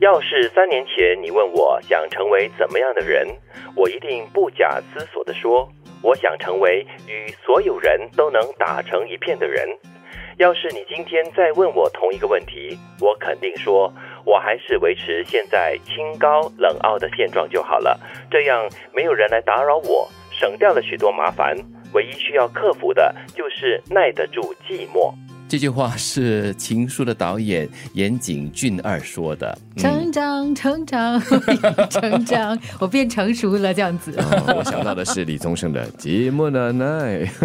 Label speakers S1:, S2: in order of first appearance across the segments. S1: 要是三年前你问我想成为怎么样的人，我一定不假思索地说，我想成为与所有人都能打成一片的人。要是你今天再问我同一个问题，我肯定说，我还是维持现在清高冷傲的现状就好了，这样没有人来打扰我，省掉了许多麻烦。唯一需要克服的就是耐得住寂寞。
S2: 这句话是《情书》的导演岩井俊二说 的。
S3: 成长，成长， 我变成长， 我变成熟了，这样子。
S4: 哦 我想到的是李宗盛的《寂寞难耐》，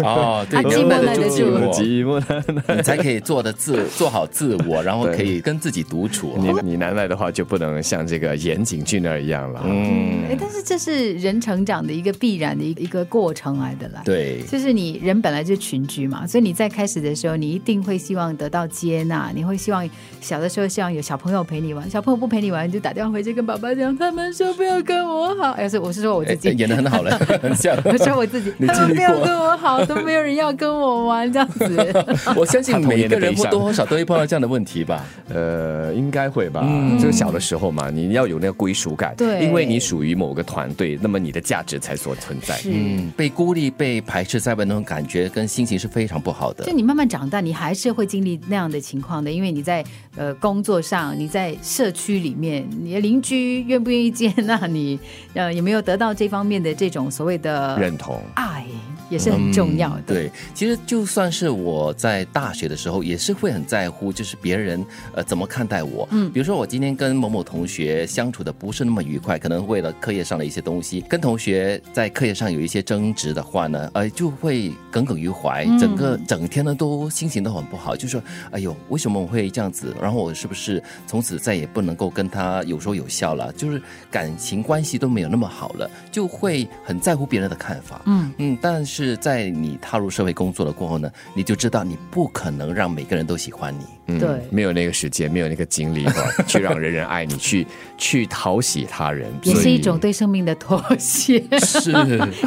S2: 哦， 对，
S3: 啊
S2: 你
S3: 寂
S2: 要
S3: 寞
S2: 耐
S3: 耐
S2: 得
S3: 得
S2: 住
S3: 住
S2: 寂
S4: 寂寞难耐。
S2: 寞，你才可以做的 自做好自我，然后
S4: 对
S2: 可以跟自己独处。
S4: 你你难耐的话，就不能像这个岩井俊二一样了。
S2: 嗯，
S3: 哎，但是这是人成长的一个必然的一一个过程来的啦。
S2: 对，
S3: 就是你人本来就群居嘛，所以你在开始的时候，你一定会希望得到接纳，你会希望小的时候希望有小朋友陪你玩，小朋友不陪你玩，你就打电话回去跟爸爸讲，他们说不要跟我好，哎，是我是说我自
S2: 哎
S3: 己，
S2: 演的很 好了，很像。
S3: 我说我自己，
S2: 你
S3: 他
S2: 经历
S3: 们不要
S2: 过
S3: 跟 我好，都没有人要跟我玩这 样子。
S2: 我相信
S4: 他嗯童
S2: 每
S4: 年的
S2: 个人
S4: 悲
S2: 或
S4: 伤
S2: 多或少都会碰到这样的问题吧。
S4: 呃，应该会吧。
S2: 嗯
S4: 就是小的时候嘛，你要有那个归属感，
S3: 对
S4: 因为你属于某个团队，那么你的价值才所存在。
S3: 是，
S2: 嗯，被孤立、被排斥在外那种感觉跟心情是非常不好的
S3: 就。你慢慢长大，你还是会经历那样的情况的，因为你在呃工作上，你在社区里面，你的邻居愿不愿意接纳你，呃，有没有得到这方面的这种所谓的
S4: 认同，
S3: 爱也是很重要的。
S2: 嗯对，其实就算是我在大学的时候，也是会很在乎，就是别人呃怎么看待我。嗯，比如说我今天跟某某同学相处的不是那么愉快，可能为了课业上的一些东西，跟同学在课业上有一些争执的话呢，呃，就会耿耿于怀，整个整天呢都心情都很不好，就说哎呦，为什么我会这样子？然后我是不是从此再也不能够跟他有说有笑了？就是感情关系都没有那么好了，就会很在乎别人的看法。
S3: 嗯
S2: 嗯，但是在你踏入社会工作了过后呢，你就知道你不可能让每个人都喜欢你。
S4: 嗯
S3: 对
S4: 没有那个时间，没有那个精力去让人人爱你，去去讨喜他人，
S3: 也
S4: 所
S3: 是
S4: 以
S3: 一种对生命的妥协，
S2: 是，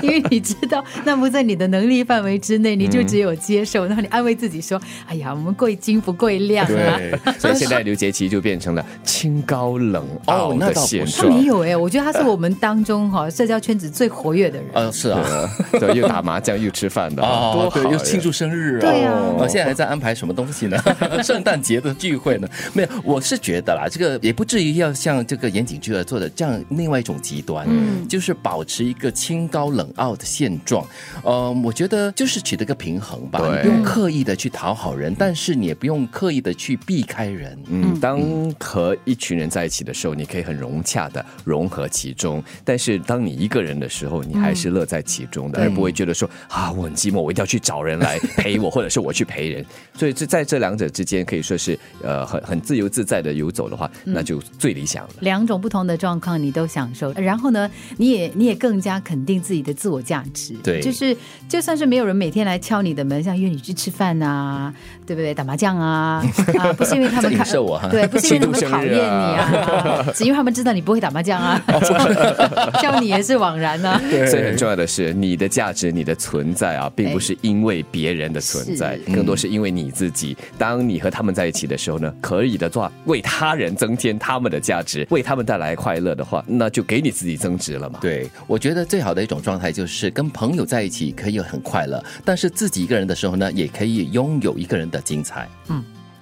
S3: 因为你知道那不在你的能力范围之内，你就只有接受，然后你安慰自己说：“哎呀，我们贵精不贵量啊。
S4: 对， 所以现在刘杰奇就变成了清高冷傲
S2: 哦那
S4: 的
S2: 倒不
S4: 现”
S2: 是
S3: 他
S4: 状
S3: 没，有哎、我觉得他是我们当中哈、社交圈子最活跃的人。
S2: 呃，是啊，
S4: 对，又打麻将又吃饭的，
S2: 哦
S4: 多，
S2: 对，
S4: 好
S2: 又
S4: 呀
S2: 庆祝生日啊，
S3: 对呀
S2: 我现在还在安排什么东西呢？ 圣诞节的聚会呢？没有，我是觉得啦，这个也不至于要像这个岩井俊二做的这样另外一种极端，嗯，就是保持一个清高冷傲的现状。呃，我觉得就是取得一个平衡吧，
S4: 对
S2: 你不用刻意的去讨好人，但是你也不用刻意的去避开人。
S4: 嗯，当和一群人在一起的时候，你可以很融洽的融合其中；但是当你一个人的时候，你还是乐在其中的，而不会觉得说啊，我很寂寞，我一定要去找人来陪我，或者是我去陪人。所以这在这两者之间，可以说是呃很很自由自在的游走的话，那就最理想了。
S3: 两种不同的状况你都享受，然后呢，你也你也更加肯定自己的自我价值。
S2: 对
S3: 就是就算是没有人每天来敲你的门，像约你去吃饭啊，对不对？打麻将啊， 啊，不是因为他
S2: 在
S3: 们
S2: 影
S3: 看
S2: 射我哈
S3: 对，不是 因为他
S4: 庆
S3: 们
S4: 祝
S3: 讨
S4: 生
S3: 厌
S4: 日
S3: 你
S4: 啊
S3: 啊，只因为他们知道你不会打麻 将啊，叫叫你也是枉然呐、啊。
S4: 所以很重要的是，你的价值、你的存在啊，并不是因为别人的存在，
S3: 是
S4: 更多是因为你自己。当你和他们在一起的时候呢，可以的话，为他人增添他们的价值，为他们带来快乐的话，那就给你自己增值了嘛。
S2: 对，我觉得最好的一种状态就是跟朋友在一起可以很快乐，但是自己一个人的时候呢，也可以拥有一个人的精彩。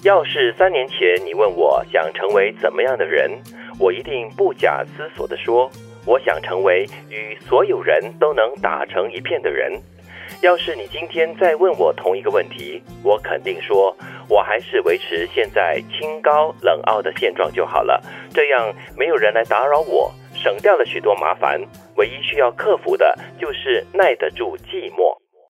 S1: 要是三年前你问我想成为怎么样的人，我一定不假思索地说，我想成为与所有人都能打成一片的人。要是你今天再问我同一个问题，我肯定说，我还是维持现在清高冷傲的现状就好了，这样没有人来打扰我，省掉了许多麻烦。唯一需要克服的就是耐得住寂寞。